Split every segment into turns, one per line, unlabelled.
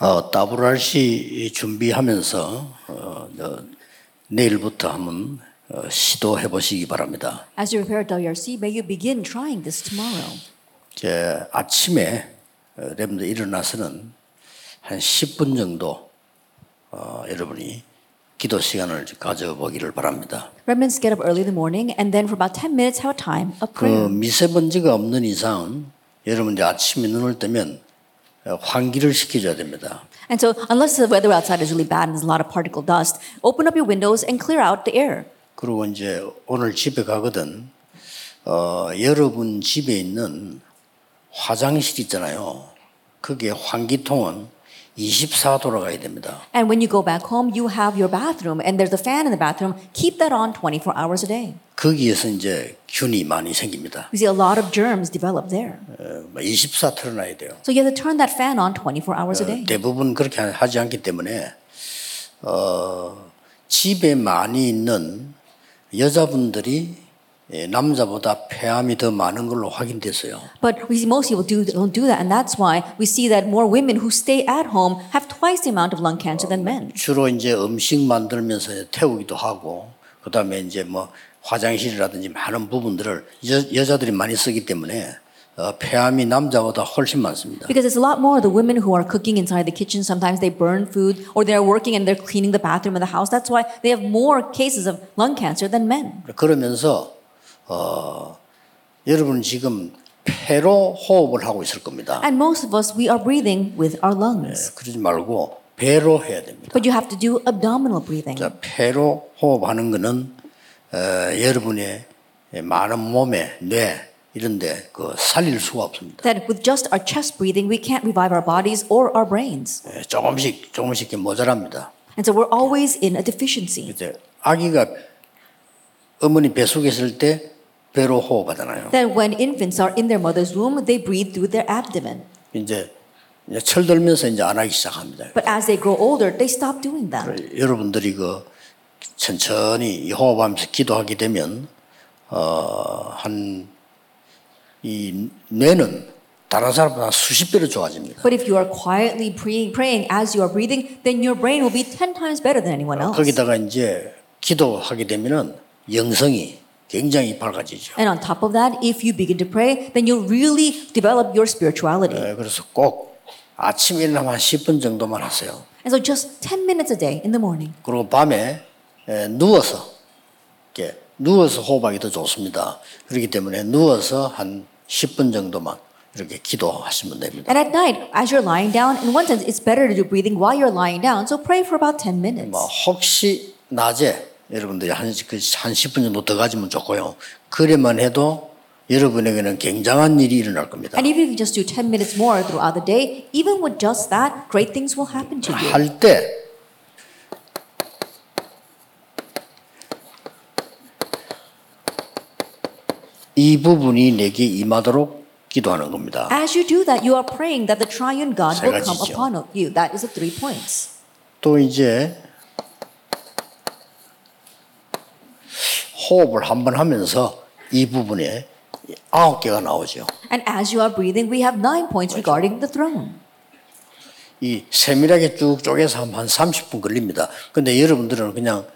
어, WRC 준비하면서 어, 어, 내일부터 한번 어, 시도해 보시기 바랍니다.
As you prepare WRC, may you begin trying this tomorrow.
이제 아침에 어, 여러분들 일어나서는 한 10분 정도 어, 여러분이 기도 시간을 가져보기를 바랍니다.
Remnants get up early in the morning, and then for about 10 minutes, have a time of
그
prayer.
미세먼지가 없는 이상 여러분 이제 아침에 눈을 뜨면 어, 환기를 시켜줘야 됩니다.
And so, unless the weather outside is really bad and there's a lot of particle dust, open up your windows and clear out the air.
그리고 이제 오늘 집에 가거든 어, 여러분 집에 있는 화장실 있잖아요. 그게 환기통은 24도로 가야 됩니다.
And when you go back home, you have your bathroom, and there's a fan in the bathroom. Keep that on 24 hours a day.
거기에서 이제 균이 많이 생깁니다.
We see a lot of germs develop there.
24도로 나야 돼요.
So you have to turn that fan on 24 hours a day.
대부분 그렇게 하- 하지 않기 때문에 어, 집에 많이 있는 여자분들이 예, 남자보다 폐암이 더 많은 걸로 확인됐어요.
But we see most people do, don't do that, and that's why we see that more women who stay at home have twice the amount of lung cancer than men.
주로 이제 음식 만들면서 태우기도 하고 그다음에 이제 뭐 화장실이라든지 많은 부분들을 여, 여자들이 많이 쓰기 때문에 어, 폐암이 남자보다 훨씬 많습니다.
Because it's a lot more the women who are cooking inside the kitchen. Sometimes they burn food, or they're working and they're cleaning the bathroom and the house. That's why they have more cases of lung cancer than men.
그러면서 어, 여러분 지금 폐로 호흡을 하고 있을 겁니다.
And most of us, we are breathing with our lungs.
그러지 말고 배로 해야 됩니다.
But you have to do abdominal breathing.
자, 폐로 호흡하는 거는 어, 여러분의 많은 몸에 뇌 이런데 그 살릴 수가 없습니다.
That with just our chest breathing, we can't revive our bodies or our brains.
예, 조금씩 조금씩 이렇게 모자랍니다.
And so we're always in a deficiency.
이제 아기가 어머니 배 속에 있을 때 배로 호흡하잖아요.
That when infants are in their mother's womb, they breathe through their abdomen.
이제, 이제 철들면서 이제 안 하기 시작합니다.
But as they grow older, they stop doing that.
여러분들이 그 천천히 이 호흡하면서 기도하게 되면 어, 어한이 뇌는 다른 사람보다 수십 배로 좋아집니다.
But if you are quietly praying, praying as you are breathing, then your brain will be 10 times better than anyone else.
거기다가 이제 기도하게 되면은 영성이 굉장히 밝아지죠.
And on top of that, if you begin to pray, then you'll really develop your spirituality.
예, 그래서 꼭 아침에 일어나면 한 10분 정도만 하세요.
And so just 10 minutes a day in the morning.
그리고 밤에 에, 누워서 이렇게 누워서 호흡하기 더 좋습니다. 그렇기 때문에 누워서 한 10분 정도만 이렇게 기도하시면 됩니다.
And at night, as you're lying down, in one sense, it's better to do breathing while you're lying down. So pray for about 10
뭐
minutes.
혹시 낮에 여러분들이 한, 그한 10분 정도 더 가지면 좋고요. 그래만 해도 여러분에게는 굉장한 일이 일어날 겁니다.
And if you can just do 10 minutes more throughout the day, even with just that, great things will happen to you.
할 때 이 부분이 내게 임하도록 기도하는 겁니다.
As you do that, you are praying that the triune God will come
Sarajityo.
upon you. That is the three points.
또 이제 호흡을 한번 하면서 이 부분에 아홉 개가 나오죠.
And as you are breathing, we have nine points regarding the throne.
이 세밀하게 쭉 쪼개서 하면 한 30분 걸립니다. 근데 여러분들은 그냥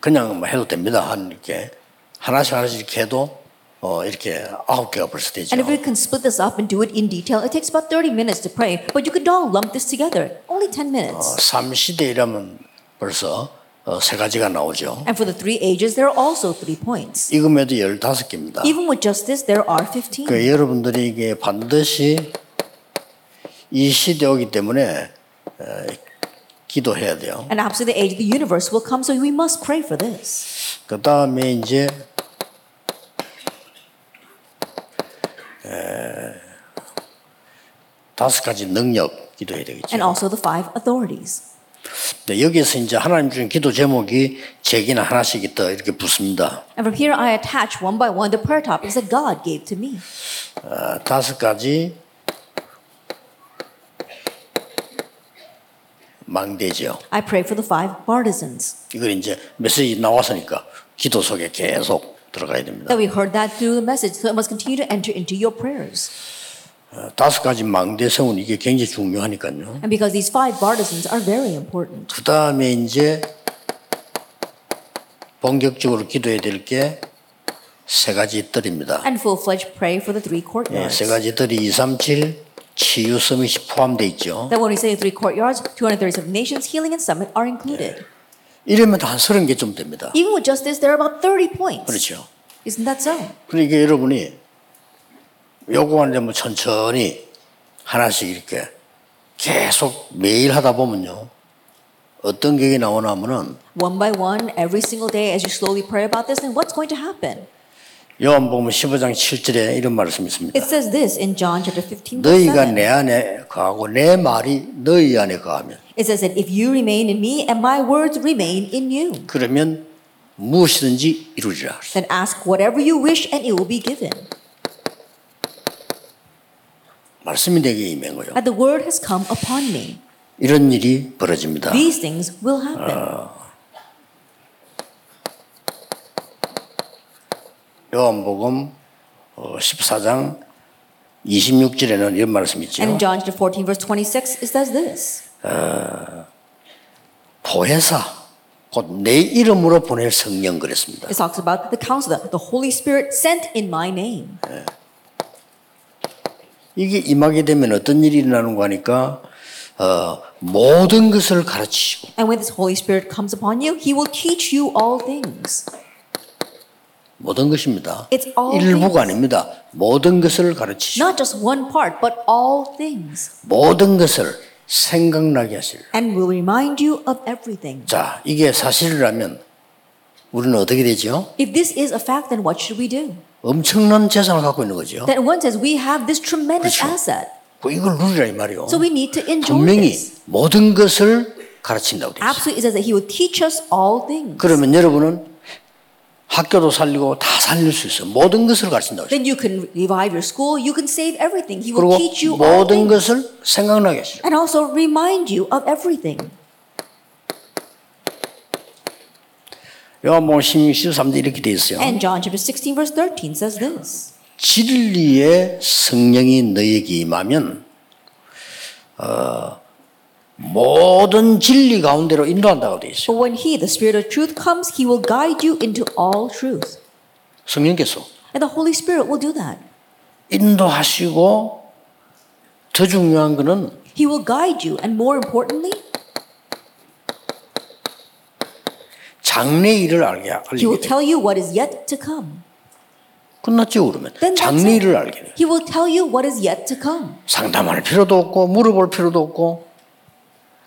그냥 뭐 해도 됩니다. 한 이렇게 하나씩 하나씩 이렇게 해도 어 이렇게 아홉 개가 벌써 되죠.
And if we can split this up and do it in detail, it takes about 30 minutes to pray, but you could all lump this together. Only 10 minutes.
어, 삼시대이라면 벌써 어, 세 가지가 나오죠.
And for the three ages, there are also three points.
이금에도 15개입니다.
Even with just this, there are 15.
그 여러분들이 이게 반드시 이 시대 오기 때문에 에, 기도해야 돼요.
And after the age, the universe will come, so we must pray for this.
그 다음에 이제 에, 다섯 가지 능력 기도해야
And
되겠죠.
also the five authorities.
근데 여기서 이제 하나님 주신 기도 제목이 제기는 하나씩 있다 이렇게 붙습니다.
And from here, I attach one by one the prayer topics that God gave to me.
아, 다섯 가지 망대지요.
I pray for the five partisans.
이걸 이제 메시지 나왔으니까 기도 속에 계속 들어가야 됩니다.
That we heard that through the message, so it must continue to enter into your prayers.
어, 다섯 가지 망대 세운 이게 굉장히 중요하니까요.
And because these five bartisans are very important.
그 다음에 이제 본격적으로 기도해야 될 게 세 가지 뜰입니다.
And full fledged pray for the three
예,
courtyards.
세 가지 뜰이 2, 3, 7 치유 서밋이 포함되어 있죠.
That when we say the three courtyards, 237 nations, healing, and summit are included.
이러면 한 서른 개쯤 됩니다.
Even with just this, there are about 30 points.
그렇죠.
Isn't that so?
그러니까 여러분이 요구하는데 뭐 천천히 하나씩 이렇게 계속 매일 하다 보면요. 어떤 계획이 나오냐면은
One by one, every single day, as you slowly pray about this, then what's going to happen?
요한복음 15장 7절에 이런 말씀이 있습니다.
It says this in John chapter 15, verse
너희가
7.
내 안에 거하고 내 말이 너희 안에 거하면
It says that if you remain in me and my words remain in you,
그러면 무엇이든지 이루리라. 그랬어요.
then ask whatever you wish and it will be given.
말씀이 내게 임한 거요.
That the word has come upon me.
이런 일이 벌어집니다.
These things will happen.
요한복음 14장 26절에는 이런 말씀이
And
있죠.
in John chapter 14, verse 26, it says this
보혜사 곧 내 이름으로 보낼 성령 그랬습니다.
it talks about the counselor, the Holy Spirit sent in my name.
이게 임하게 되면 어떤 일이 일어나는 거니까 어, 모든 것을 가르치시고
And when this Holy Spirit comes upon you, he will teach you all things.
모든 것입니다.
It's all
일부가
things.
아닙니다. 모든 것을 가르치시고
Not just one part, but all things.
모든 것을 생각나게 하실.
And will remind you of everything.
자, 이게 사실이라면 우리는 어떻게 되죠?
If this is a fact, then what should we do?
엄청난 재산을 갖고 있는 거죠.
That one says we have this tremendous
그렇죠.
asset,
그 이걸 누리라 이 말이요.
so we need to enjoy
분명히
this.
모든 것을 가르친다고 돼 있어요.
Absolutely, it says that He will teach us all things.
그러면 여러분은 학교도 살리고 다 살릴 수 있어요. 모든 것을 가르친다고 돼 있어요.
Then you can revive your school. You can save everything. He will teach
그리고
you all
모든
things,
것을 생각나게 하시죠.
and also remind you of everything.
요한복음 16장 13절 이렇게 돼 있어요.
And John chapter 16, verse 13 says this.
진리의 성령이 너에게 임하면 어, 모든 진리 가운데로 인도한다고 돼 있어요.
But when He, the Spirit of truth, comes, He will guide you into all truth.
성령께서
And the Holy Spirit will do that.
인도하시고 더 중요한 거는
He will guide you, and more importantly,
장래 일을 알게
He will
알리게 돼요.
tell you what is yet to come.
끝났죠 그러면
Then that's
장래
it.
일을 알게 돼요.
He will tell you what is yet to come.
상담할 필요도 없고 물어볼 필요도 없고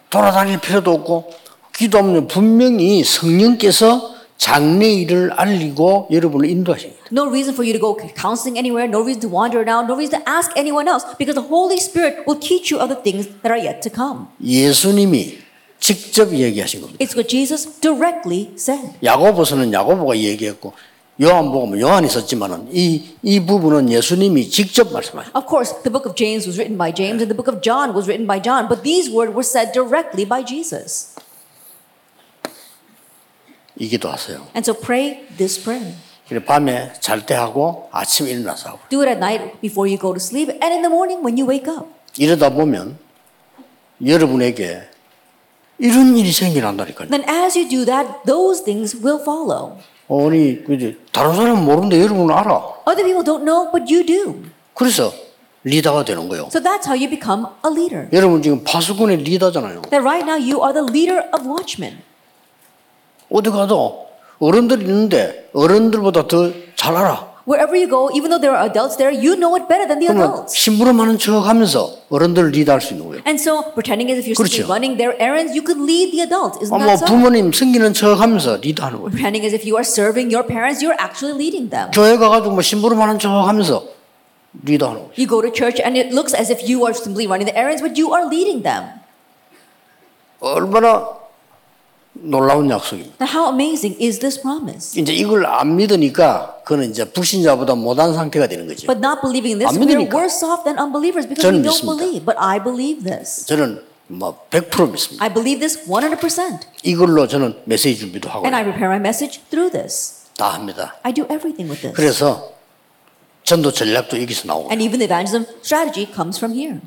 돌아다닐 필요도 없고 기도하면 분명히 성령께서 장래 일을 알리고 여러분을 인도하십니다.
No reason for you to go counseling anywhere, no reason to wander around, no reason to ask anyone else, because the Holy Spirit will teach you of the things that are yet to come.
예수님이 직접 얘기하신 겁니다.
It's what Jesus directly said.
야고보서는 야고보가 얘기했고 요한복음은 요한이 썼지만은 이, 이 부분은 예수님이 직접 말씀하셨어요.
Of course, the book of James was written by James, and the book of John was written by John, but these words were said directly by Jesus.
이기도 하세요.
And so pray this prayer.
그래 밤에 잘 때 하고 아침에 일어나서 하고
Do it at night before you go to sleep and in the morning when you wake up.
이러다 보면 여러분에게 이런 일이 생겨난다니까요.
Then, as you do that, those things will follow.
아니 그지 다른 사람은 모르는데 여러분은 알아.
Other people don't know, but you do.
그래서 리더가 되는 거예요.
So that's how you become a leader.
여러분 지금 파수꾼의 리더잖아요.
That right now you are the leader of watchmen.
어디 가도 어른들 있는데 어른들보다 더 잘 알아.
Wherever you go, even though there are adults there, you know it better than the
그러면
adults.
심부름하는 척하면서 어른들을 리드할 수 있는 거예요.
And so, pretending as if you're simply
그렇죠.
running their errands, you could lead the adults. Isn't
아, 뭐
that so?
부모님 생기는 척하면서 리드하는 거예요.
Pretending as if you are serving your parents, you're actually leading them.
교회 가가지고 뭐 심부름하는 척하면서 리드하는 거예요.
You go to church and it looks as if you are simply running the errands, but you are leading them.
얼마나 놀라운 약속입니다.
Now, how amazing is this promise?
이제 이걸 안 믿으니까 그는 이제 불신자보다 못한 상태가 되는 거죠.
But not believing in this,
안
we are
믿으니까.
worse off than unbelievers because
저는
we don't
믿습니다.
believe. But I believe this.
저는 뭐 100% 믿습니다.
I believe this 100%.
이걸로 저는 메시지 준비도 하고
And I prepare my message through this.
다 합니다.
I do everything with this.
그래서 전도 전략도 여기서 나오고.
And even evangelism strategy comes from here.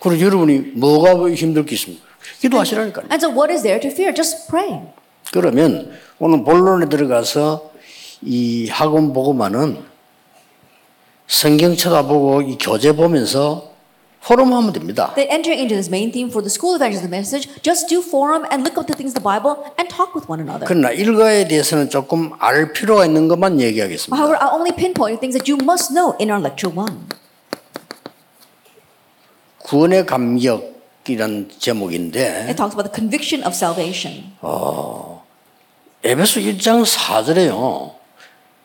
그리고 여러분이 뭐가 힘들 게 있습니까? 기도하시라니까요.
And so, what is there to fear? Just pray.
그러면 오늘 본론에 들어가서 이 학원 보고만은 성경 쳐다보고 이 교재 보면서 포럼하면 됩니다.
Then, entering into this main theme for the school evangelism message, just do forum and look up the things in the Bible and talk with one another.
그러나 일과에 대해서는 조금 알 필요가 있는 것만 얘기하겠습니다.
However, I'll only pinpoint things that you must know in our lecture one.
구원의 감격이란 제목인데
It talks about the conviction of salvation.
에베소 1장 4절에요.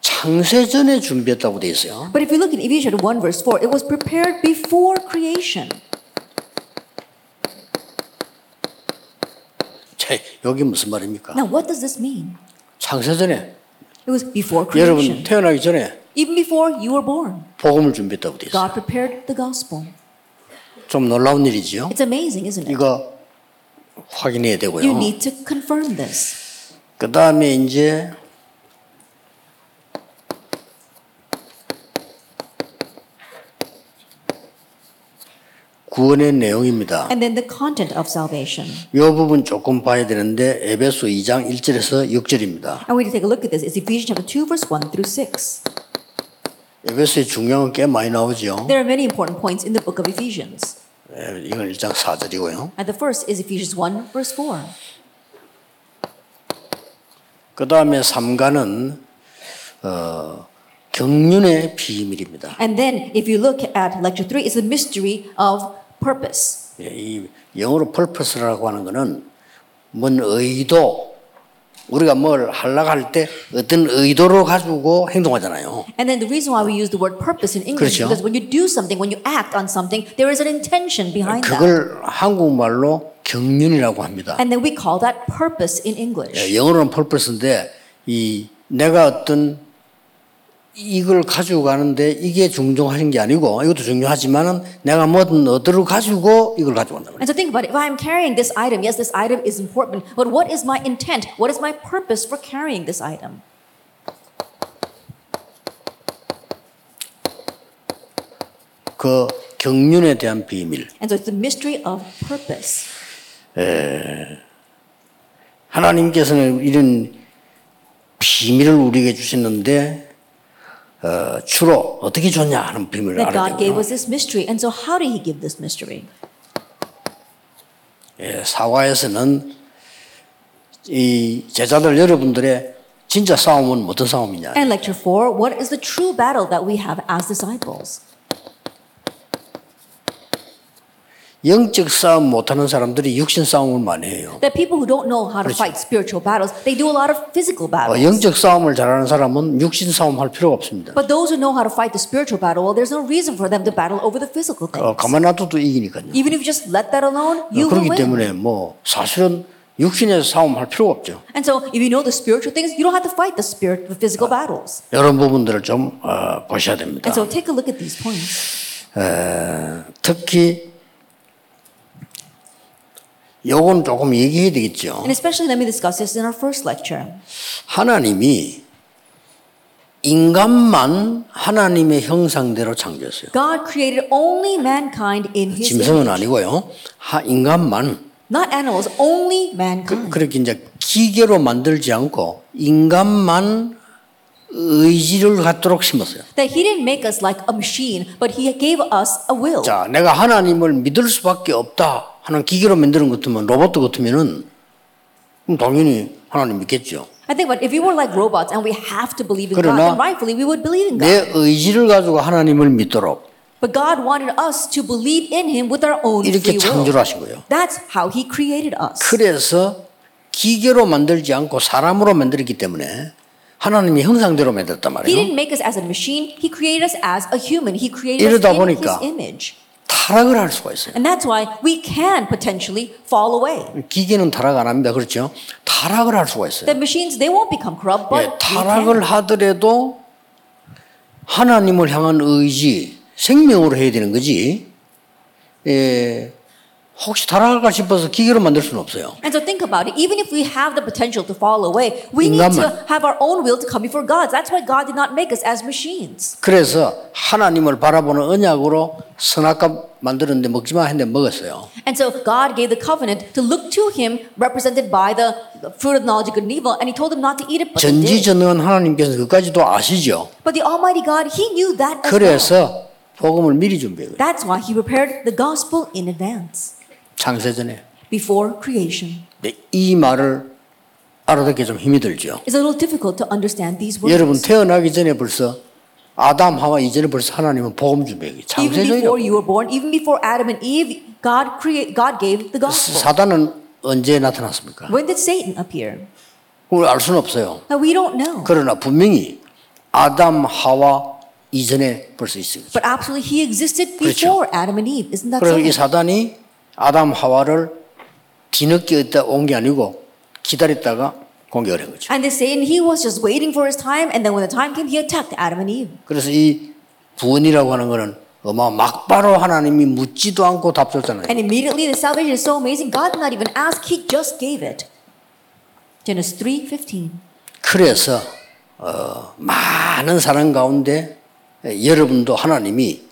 창세전에 준비했다고 돼 있어요.
But if you look in Ephesians 1 verse 4, it was prepared before creation.
자, 여기 무슨 말입니까?
Now, what does this mean?
창세전에
It was before
여러분
creation.
태어나기 전에
Even before you were born,
복음을 준비했다고 돼 있어요.
God prepared the gospel.
좀 놀라운 일이지요.
It's amazing, isn't it?
이거 확인해야
You
되고요.
need to confirm this.
그 다음에 이제 구원의 내용입니다.
And then the content of salvation.
이 부분 조금 봐야 되는데 에베소 2장 1절에서 6절입니다.
And we need to take a look at this. It's Ephesians chapter 2 verse 1 through 6.
에베소의 중요한 건꽤 많이 나오죠.
There are many important points in the book of Ephesians.
예, 이건 1장 4절이고요.
And the first is Ephesians 1 verse 4.
그 다음에 3가는 어, 경륜의 비밀입니다.
And then if you look at lecture 3, it's the mystery of purpose.
예, 이 영어로 purpose라고 하는 거는 뭔 의도 우리가 뭘 하려고 할 때 어떤 의도로 가지고 행동하잖아요.
And then the reason why we use the word purpose in English
그렇죠.
is because when you do something, when you act on something, there is an intention behind that.
그걸 한국말로 경륜이라고 합니다.
And then we call that purpose in English.
예, 영어로는 purpose인데 이 내가 어떤 이걸 가지고 가는데 이게 중요한 게 아니고 이것도 중요하지만은 내가 뭐든 어디로 가지고 이걸 가지고 간다 말이에요.
And so think about it. If I'm carrying this item, yes, this item is important, but what is my intent? What is my purpose for carrying this item?
그 경륜에 대한 비밀.
And so it's the mystery of purpose.
하나님께서는 이런 비밀을 우리에게 주셨는데 어, 주로 어떻게 줬냐 하는 비밀을
That
알아야
God gave
되고요.
us this mystery. And so how did He give this mystery?
예, 사과에서는 이 제자들 여러분들의 진짜 싸움은 어떤 싸움이냐.
And lecture four, what is the true battle that we have as disciples?
영적 싸움 못하는 사람들이 육신 싸움을 많이 해요.
That people who don't know how to fight spiritual battles, they do a lot of
어,
physical battles.
영적 싸움을 잘하는 사람은 육신 싸움 할 필요가 없습니다.
But those who know how to fight the spiritual battle, well, there's no reason for them to battle over the physical things.
어, 가만 놔둬도 이기니까요. 어,
Even if you just let that alone, you will
그렇기
win.
때문에 뭐 사실은 육신에서 싸움할 필요가 없죠.
And so, if you know the spiritual things, you don't have to fight the spirit, the physical
Uh,
battles.
이런 부분들을 좀 어, 보셔야 됩니다.
And so, take a look at these points.
특히 요건 조금 얘기해야 되겠죠.
And especially, let me discuss this in our first lecture.
하나님이 인간만 하나님의 형상대로 창조했어요.
God created only mankind in His image,
짐승은 아니고요. 하, 인간만
not animals, only mankind.
그렇게 이제 기계로 만들지 않고 인간만 의지를 갖도록 심었어요.
That He didn't make us like a machine, but He gave us a will.
자, 내가 하나님을 믿을 수밖에 없다 하는 기계로 만드는 것 같으면 로봇 같으면은 그럼 당연히 하나님 믿겠죠.
I think, but if we were like robots and we have to believe in God,
그러나
then rightfully we would believe in God.
내 의지를 가지고 하나님을 믿도록
But God wanted us to believe in Him with our own
이렇게
free will.
창조를 하신 거예요.
That's how He created us.
그래서 기계로 만들지 않고 사람으로 만들었기 때문에 하나님의 형상대로 만들었단
He
말이에요.
didn't make us as a machine. He created us as a human. He created
이러다
us in His
보니까
image.
타락을 할 수가 있어요.
And that's why we can potentially fall away.
기계는 타락 안 합니다. 그렇죠? 타락을 할 수가 있어요.
The machines, they won't become corrupt, but
예,
we can.
타락을 하더라도 하나님을 향한 의지, 생명으로 해야 되는 거지. 예, 혹시 타락할까 싶어서 기계로 만들 수는 없어요.
And so think about it. Even if we have the potential to fall away, we need to
인간만.
have our own will to come before God. That's why God did not make us as machines.
그래서 하나님을 바라보는 언약으로 선악과 만들었는데 먹지 마 했는데 먹었어요.
And so God gave the covenant to look to Him, represented by the fruit of knowledge of good and evil, and He told them not to eat it. But, they did.
전지전능한 하나님께서 그까지도 아시죠.
but the Almighty God, He knew that as well.
그래서 복음을 미리 준비해요.
That's why He prepared the gospel in advance,
창세전에.
before creation.
근데 이 말을 알아듣기 좀 힘이 들죠.
It's a little difficult to understand these
여러분
words.
태어나기 전에 벌써 아담 하와 이전에 벌써 하나님은 복음 준비하기
Even before
창세전에
you were born, even before Adam and Eve, God create, God gave the gospel.
사단은 언제 나타났습니까?
When did Satan appear?
그걸 알 수는 없어요.
Now, we don't know.
그러나 분명히 아담 하와 이전에 벌써 있습니다.
But absolutely, he existed
그렇죠.
before Adam and Eve. Isn't that
그래서 이
so?
사단이 아담 하와를 뒤늦게 있다 온 게 아니고 기다렸다가 공격을 한 거죠.
And they say, and he was just waiting for his time, and then when the time came, he attacked Adam and Eve.
그래서 이 구원이라고 하는 거는 어마 막바로 하나님이 묻지도 않고 답 줬잖아요.
And immediately, the salvation is so amazing. God did not even ask; He just gave it. Genesis three fifteen.
그래서 어, 많은 사람 가운데 예, 여러분도 하나님이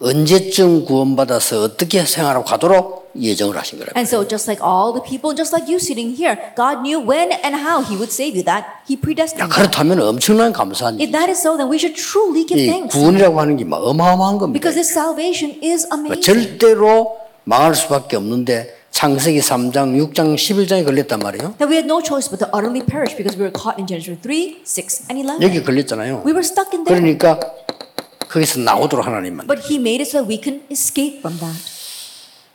언제쯤 구원받아서 어떻게 생활하고 가도록 예정을 하신 거라고.
And so, just like all the people, just like you sitting here, God knew when and how He would save you. That He predestined. that.
그렇다면 엄청난 감사한
If
일.
that is so, then we should truly give
이
예, 네, thanks
구원이라고 하는 게 막 어마어마한 겁니다.
because this salvation is
그러니까
amazing.
절대로 망할 수밖에 없는데 창세기 3장, 6장, 11장에 걸렸단 말이에요.
That we had no choice but to utterly perish because we were caught in Genesis three six and eleven.
여기 걸렸잖아요.
We were stuck in there.
그러니까 거기서 나오도록 하나님 만.
But he made it so that we can escape from that.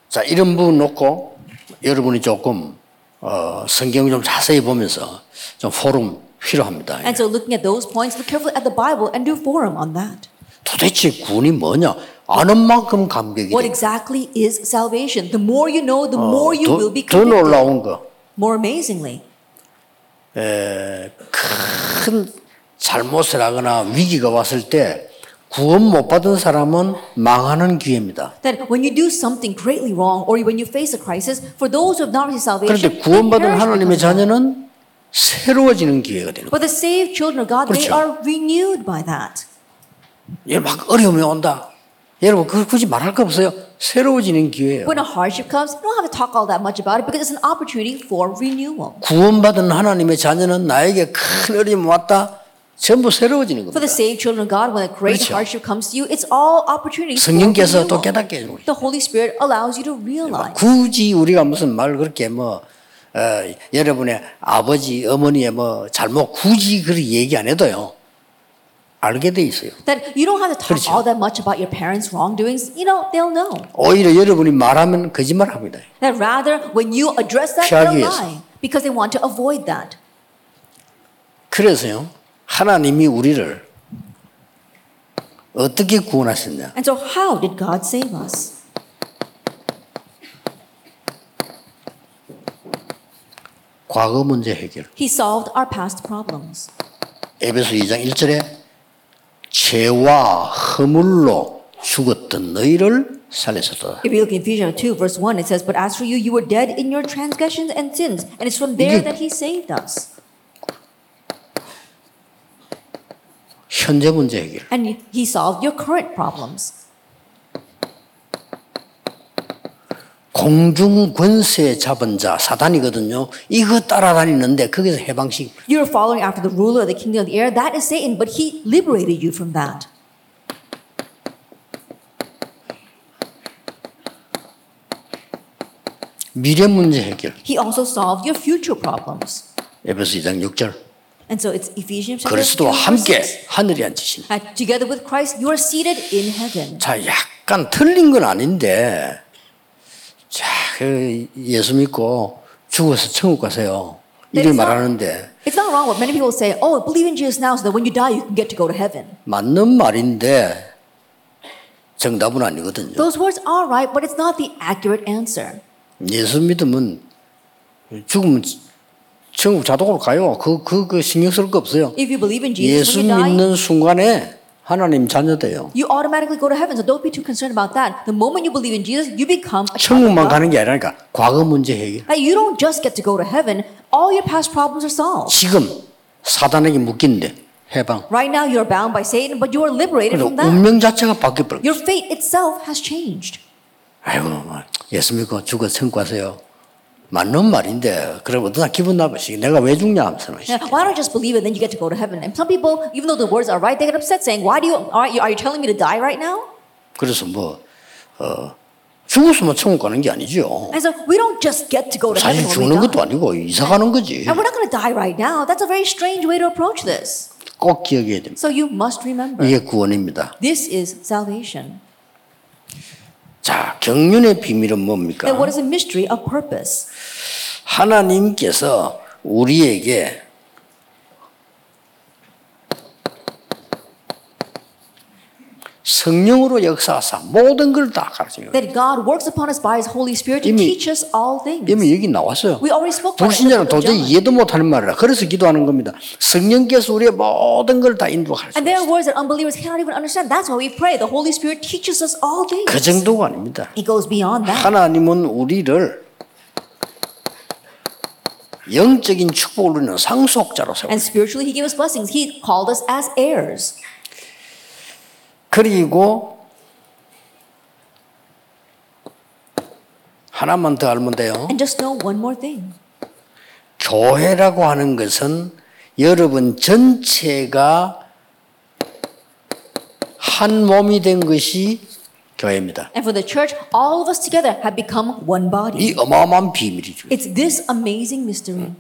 자 이런 부분 놓고 여러분이 조금 어, 성경 좀 자세히 보면서 좀 포럼 필요합니다.
And so, looking at those points, look carefully at the Bible and do forum on that.
도대체 구원이 뭐냐? 아는 만큼 감격이
What
돼.
exactly is salvation? The more you know, the more you will
더,
be
더
convicted.
놀라운 거,
More amazingly,
큰 잘못을 하거나 위기가 왔을 때 구원 못 받은 사람은 망하는 기회입니다.
that when you do something greatly wrong or when you face a crisis, for those who have not received salvation,
그런데
they
구원받은
perish
하나님의
because of that.
자녀는 새로워지는 기회가 되는 거예요.
But the saved children of God, they
그렇죠.
are renewed by that.
예, 막 어려움이 온다. 여러분 그 굳이 말할 거 없어요. 새로워지는 기회예요.
When a hardship comes, you don't have to talk all that much about it because it's an opportunity for renewal.
구원받은 하나님의 자녀는 나에게 큰 어려움이 왔다. 전부 새로워지는
For the
겁니다.
saved children of God, when a great
그렇죠.
hardship comes to you, it's all opportunities for
성령께서 또
renewal.
깨닫게 해주고 있어요.
The Holy Spirit allows you to realize.
굳이 우리가 무슨 말 그렇게 뭐 어, 여러분의 아버지 어머니의 뭐 잘못 굳이 그렇게 얘기 안 해도요 알게 돼 있어요.
That you don't have to talk
그렇죠.
all that much about your parents' wrongdoings. You know, they'll know.
오히려 여러분이 말하면 거짓말합니다.
That rather, when you address that,
피하기
they'll
위해서.
lie because they want to avoid that.
그래서요 하나님이 우리를 어떻게 구원하셨냐?
And so, how did God save us?
과거 문제 해결.
He solved our past problems.
에베소 2장 1절에 죄와 허물로 죽었던 너희를 살리셨다.
If you look in Ephesians 2, verse 1, it says, But as for you, you were dead in your transgressions and sins, and it's from there
이게-
that He saved us.
현재 문제 해결.
And He solved your current problems.
공중 권세 잡은 자 사단이거든요. 이거 따라다니는데 거기서 해방식
You're following after the ruler of the kingdom of the air. That is Satan, but He liberated you from that.
미래 문제 해결.
He also solved your future problems.
에베소 2장 6절.
And so it's Ephesians chapter 2,
그리스도와
verse
함께
6.
하늘에 앉으신.
And together with Christ, you are seated in heaven.
자, 약간 틀린 건 아닌데. 자, 그 예수 믿고 죽어서 천국 가세요. 이를 말하는데
It's not wrong what many people say, oh, believe in Jesus now so that when you die, you can get to go to heaven.
맞는 말인데 정답은 아니거든요.
Those words are right, but it's not the accurate answer.
예수 믿으면 죽으면 천국 자동으로 가요. 그, 그, 그 신경 쓸 거 없어요.
If you believe in
예수
Jesus, when you die,
믿는 순간에 하나님 자녀돼요.
You automatically go to heaven. So don't be too concerned about that. The moment you believe in Jesus, you become a child of
천국만
God.
가는 게 아니라니까 과거 문제 해결.
Like you don't just get to go to heaven. All your past problems are solved.
지금 사단에게 묶인데 해방.
Right now you're bound by Satan, but you are liberated
그래서
from that.
운명 자체가 바뀌어버려.
Your fate itself has changed.
아이고 뭐, 예수 믿고 죽어 천국하세요. 맞는 말인데 그럼 어떠나 기분 나쁘시. 내가 왜 죽냐 하면서.
Yeah, why don't I just believe it, then you get to go to heaven? And some people, even though the words are right, they get upset saying, Why do you are you, are you telling me to die right now?
그래서 뭐 어, 죽었으면 천국 가는 게 아니죠.
And so we don't just get to go to
사실
heaven. When we
죽는
die.
것도 아니고 뭐- 이사 가는 거지.
And we're not going to die right now. That's a very strange way to approach this.
꼭 기억해야 됩니다.
So you must remember
이게 구원입니다.
this is salvation.
자, 경륜의 비밀은 뭡니까?
And what is a mystery of purpose?
하나님께서 우리에게 성령으로 역사하사 모든 걸 다 가르쳐요.
That God works upon us by His Holy Spirit to
이미-
teach us all things.
이미 여기 나왔어요.
We already spoke about it. in the
불신자는
book of
도저히
John.
이해도 못하는 말이라. 그래서 기도하는 겁니다. 성령께서 우리의 모든 걸 다 인도할 수
And there
있어요.
are words that unbelievers cannot even understand. That's why we pray. The Holy Spirit teaches us all things.
그 정도가 아닙니다.
It goes beyond that.
하나님은 우리를 영적인 축복을 누리는 상속자로 세워요.
And spiritually, he gave us blessings. He called us as heirs.
그리고 하나만 더 알면 돼요.
And just know one more thing
교회라고 하는 것은 여러분 전체가 한 몸이 된 것이 교회입니다.
and for the church, all of us together have become one body.
이 어마어마한 비밀이죠.
It's this amazing mystery.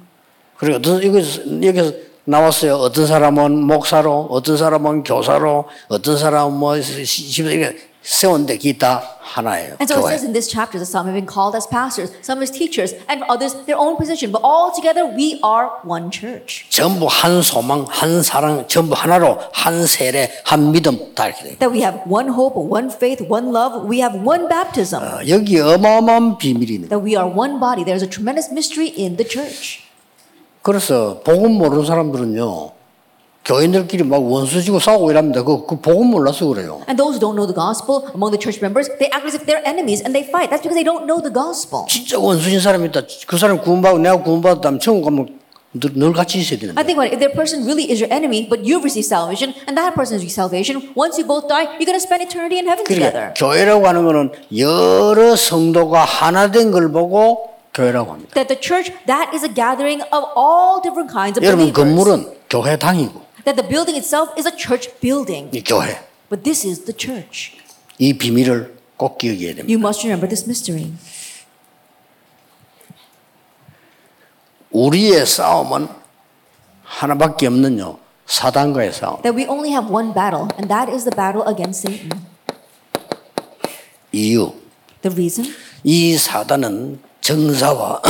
그리고 어떤 여기서, 여기서 나왔어요. 어떤 사람은 목사로, 어떤 사람은 교사로, 어떤 사람은 뭐 시- 시- 이렇게 세운데 그게 다 하나예요.
And so it
교회.
says in this chapter that some have been called as pastors, some as teachers, and others their own position. But all together, we are one church.
전부 한 소망, 한 사랑, 전부 하나로 한 세례, 한 믿음 다 이렇게 돼요.
That we have one hope, one faith, one love. We have one baptism.
어, 여기 어마어마한 비밀이 있는 거예요.
That we are one body. There is a tremendous mystery in the church.
그래서 복음 모르는 사람들은요. 교인들끼리 막 원수지고 싸우고 이랍니다. 그, 그 복음 몰라서 그래요.
And those who don't know the gospel among the church members, they act as if they're enemies and they fight. That's because they don't know the gospel.
진짜 원수인 사람이 있다. 그 사람 구원받고 내가 구원받았다면 천국 가면 늘, 늘 같이 있어야 되는데.
I think when, if that person really is your enemy, but you've received salvation, and that person has received salvation, once you both die, you're going to spend eternity in heaven
그러니까
together.
교회라고 하는 거는 여러 성도가 하나 된 걸 보고 교회라고 합니다.
That the church, that is a gathering of all different kinds of
여러분
believers.
건물은 교회당이고
That the building itself is a church building.
이 교회
But this is the church.
이 비밀을 꼭 기억해야 됩니다.
You must remember this mystery.
우리의 싸움은 하나밖에 없는요. 사단과의 싸움.
That we only have one battle, and that is the battle against Satan.
이유.
The reason?
이 사단은 정사와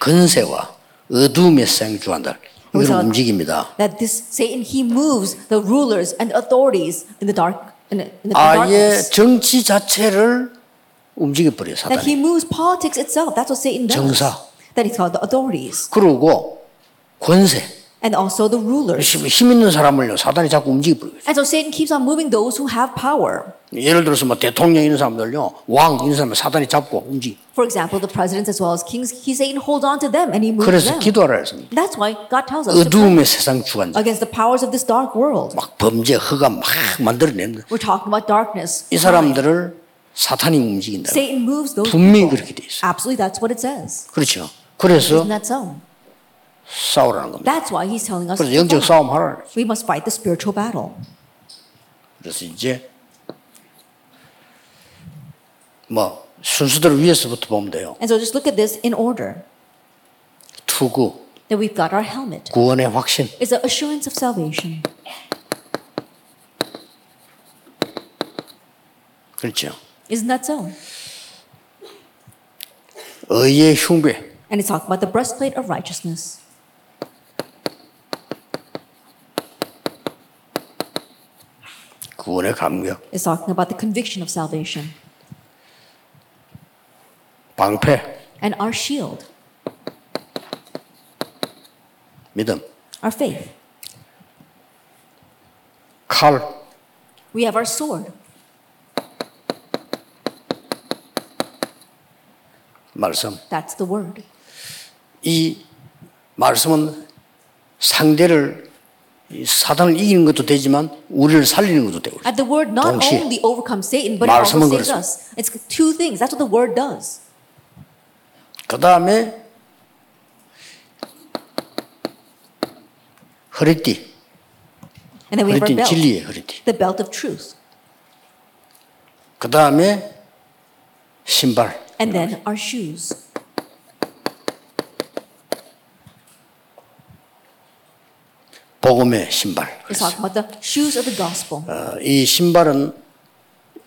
근세와 어둠의 생주한다. 이걸
여기서-
움직입니다.
That this Satan, he moves the rulers and authorities in the dark, in the, in the
아예
darkness.
정치 자체를 움직여버려요.
That
사단이.
he moves politics itself. That's what Satan does.
정사.
That he's called the authorities
그러고 권세.
and also the rulers.
힘, 힘 있는 사람을요. 사단이 자꾸 움직여버려요.
And so Satan keeps on moving those who have power.
예를 들어서 뭐 대통령 있는 사람들요. 왕 있는 사람을 사단이 잡고 움직여.
For example, the presidents as well as kings, he Satan holds on to them and he moves
그래서
them.
기도하라 했습니다.
That's why God tells us to pray
어둠의 세상 주관자.
against the powers of this dark world.
막 범죄, 허가 막 만들어낸다.
We're talking about darkness.
이 사람들을 사탄이 움직인다.
Satan moves those.
분명히 그렇게 돼 있어.
Absolutely, that's what it says.
그렇죠. 그래서
Isn't that so?
싸우라는 겁니다.
That's why he's telling us
그래서
to
영적
fight.
싸움 하라. 그래요.
we must fight the spiritual battle.
그래서 이제 뭐 순서대로 위에서부터 보면 돼요.
And so just look at this in order
투구,
that we've got our helmet.
구원의 확신,
It's the assurance of salvation.
그렇죠.
Isn't that so?
의의 흉배,
And it's talking about the breastplate of righteousness,
구원의 감격,
it's talking about the conviction of salvation,
방패,
and our shield,
믿음,
our faith,
칼,
We have our sword.
말씀.
That's the word.
이 말씀은 상대를 이 사단을 이기는 것도 되지만 우리를 살리는 것도 되고.
At the word, not
동시에.
only overcomes Satan, but it also
말씀은
saves
그렇습니다.
us. It's two things. That's what the word does.
그 다음에 허리띠.
And then we have our
허리띠는
belt,
진리의 허리띠.
the belt of truth,
그 다음에 신발.
and then our shoes.
복음의 신발.
It's talking about the shoes of the gospel.
어, 이 신발은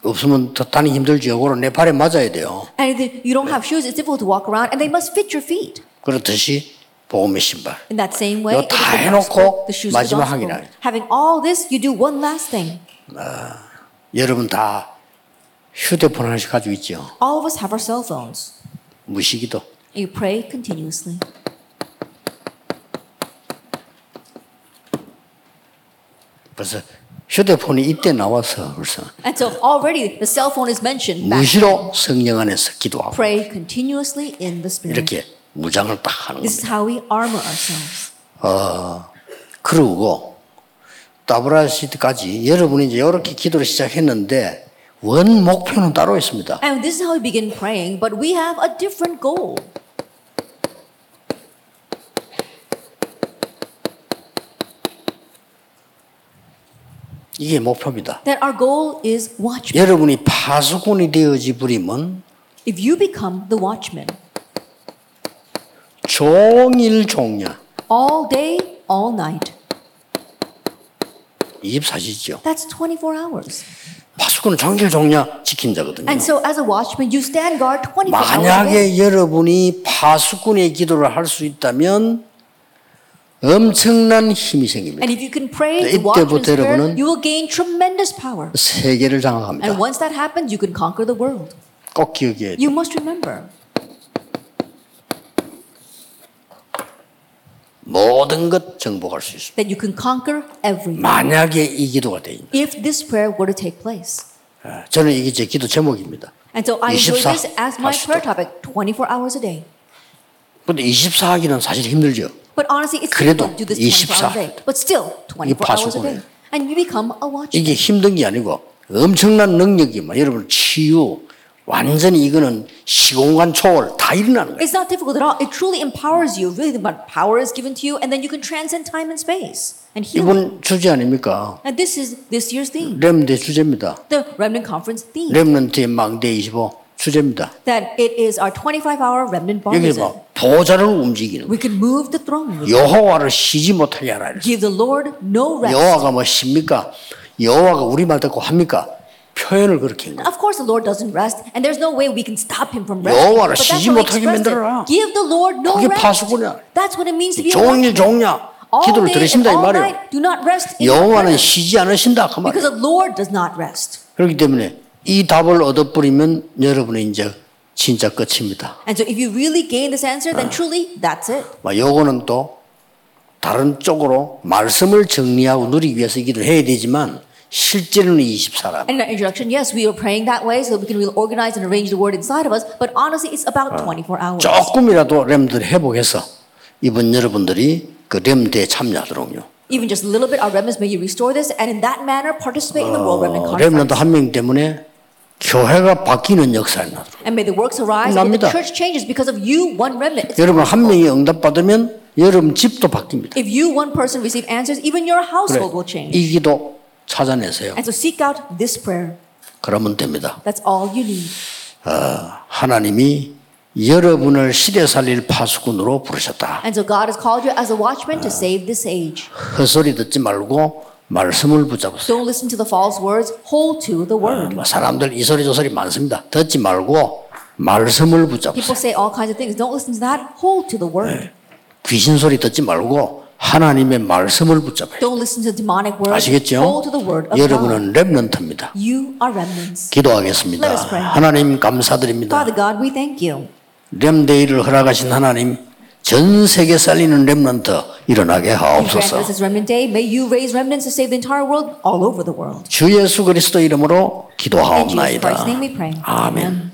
없으면 더 타는 힘들지요. 그걸 내 발에 맞아야 돼요.
And if you don't have shoes, it's difficult to walk around, and they must fit your feet.
그렇듯이 복음의 신발.
In that same way,
이거
it is
다
the, gospel,
해놓고
the shoes of the
마지막 확인
gospel.
하겠다.
Having all this, you do one last thing.
여러분 다 휴대폰 하나씩 가지고 있죠.
All of us have our cell phones.
무시기도.
You pray continuously.
벌써 휴대폰이 이때 나와서 벌써
And so already the cell phone is mentioned. Back.
무시로 성령 안에서 기도하고
Pray continuously in the Spirit.
이렇게 무장을 딱 하는 겁니다.
This is how we armor ourselves.
그러고 따브라시드까지 여러분이 이제 이렇게 기도를 시작했는데 원 목표는 따로 있습니다.
And this is how we begin praying, but we have a different goal.
이게 목표입니다.
That our goal is watchmen.
여러분이 파수꾼이 되어지 버리면
If you become the watchman,
종일 종냐
all day, all night,
24시죠.
that's 24 hours.
파수꾼은 종일 종냐 지킨 자거든요.
And so as a watchman, you stand guard 24 hours. a day.
만약에 여러분이 파수꾼의 기도를 할 수 있다면 엄청난 힘이 생깁니다.
And if you can pray the
이때부터
watchman's prayer,
여러분은
you will gain tremendous power.
세계를
And
장악합니다.
once that happens, you can conquer the world.
꼭 기억해야 돼요.
You must remember
모든 것 정복할 수 있습니다.
that you can conquer everything.
만약에 이 기도가 돼 있는.
If this prayer were to take place.
아, 저는 이게 제 기도 제목입니다.
And so I enjoy
24
this as my
하시죠.
prayer topic 24 hours a day.
근데 24하기는 사실 힘들죠.
But honestly, it's
그래도
difficult to do this
24.
24 hours a day. But still, 24 hours a day.
파수꾼이에요.
And you become a watchman.
이게 힘든 게 아니고 엄청난 능력이 막 여러분 치유 완전히 이거는 시공간 초월 다 일어나는 거예요.
It's not difficult at all. It truly empowers you. Really, the power is given to you, and then you can transcend time and space and heal.
이번 주제 아닙니까?
And this is this year's theme,
렘대 주제입니다.
the Remnant Conference theme.
렘넌트의 망대 25 주제입니다.
That it is our 25-hour remnant
여기
baptism.
막 보좌를 움직이는
We can move the throne room.
여호와를 쉬지 못하게 하라. 이랬어요.
Give the Lord no rest.
여호와가 뭐 쉽니까? 여호와가 우리 말 듣고 합니까? 표현을 그렇게 한 거예요.
Of course, the Lord doesn't rest, and there's no way we can stop him from resting.
여호와를
But that's how
쉬지
we
못하게
express
만들어라.
it. Give the Lord no
그게
rest.
파수꾼이야.
That's what it means to be a
종일
watchman.
종냐
아, All
기도를
day and
들으신다 이
all
말이에요.
night, do not rest. in
여호와는
prayer,
쉬지 않으신다 그
Because
말이에요.
the Lord does not rest.
그렇기 때문에 이 답을 얻어버리면 여러분의 이제 진짜 끝입니다.
And so, if you really gain this answer, then truly that's it.
막뭐 요거는 또 다른 쪽으로 말씀을 정리하고 누리기 위해서 기도를 해야 되지만 실제로는 24라.
And in our introduction, yes, we are praying that way so that we can really organize and arrange the word inside of us. But honestly, it's about 24 hours.
조금이라도 렘들 회복해서 이번 여러분들이 그 렘대에 참여하도록요.
Even just a little bit, our remnants, may you restore this, and in that manner, participate in the World Remnant
어,
Conference.
렘런트 한 명 때문에 교회가 바뀌는 역사에 나도록.
And may the works arise and may
납니다.
the church changes because of you, one remnant. It's-
여러분 한 명이 응답받으면 여러분 집도 바뀝니다.
If you, one person, receive answers, even your
그래,
household will change.
이 기도 찾아내세요.
And so seek out this prayer.
그러면 됩니다.
That's all you need.
하나님이 여러분을 시대 살릴 파수꾼으로 부르셨다.
And so God has called you as a watchman to save this age.
그 헛소리 듣지 말고 말씀을 붙잡으세요.
Don't listen to the false words, hold to the word.
뭐 사람들 이 소리 저 소리 많습니다. 듣지 말고 말씀을
People
붙잡으세요.
say all kinds of things. Don't listen to that, hold to the word.
귀신 소리 듣지 말고 하나님의 말씀을 붙잡아요.
Don't listen to demonic words,
아시겠죠?
hold to the word of God.
여러분은 랩런트입니다.
You are remnants.
기도하겠습니다.
Let us pray.
하나님 감사드립니다.
Father God, we thank you.
렘데이를 허락하신 하나님 전 세계 살리는 렘넌트 일어나게 하옵소서.
This is Remnant Day. May you raise remnants to save the entire world all over the world.
주 예수 그리스도 이름으로
In Jesus Christ's
기도하옵나이다.
name we pray.
아멘.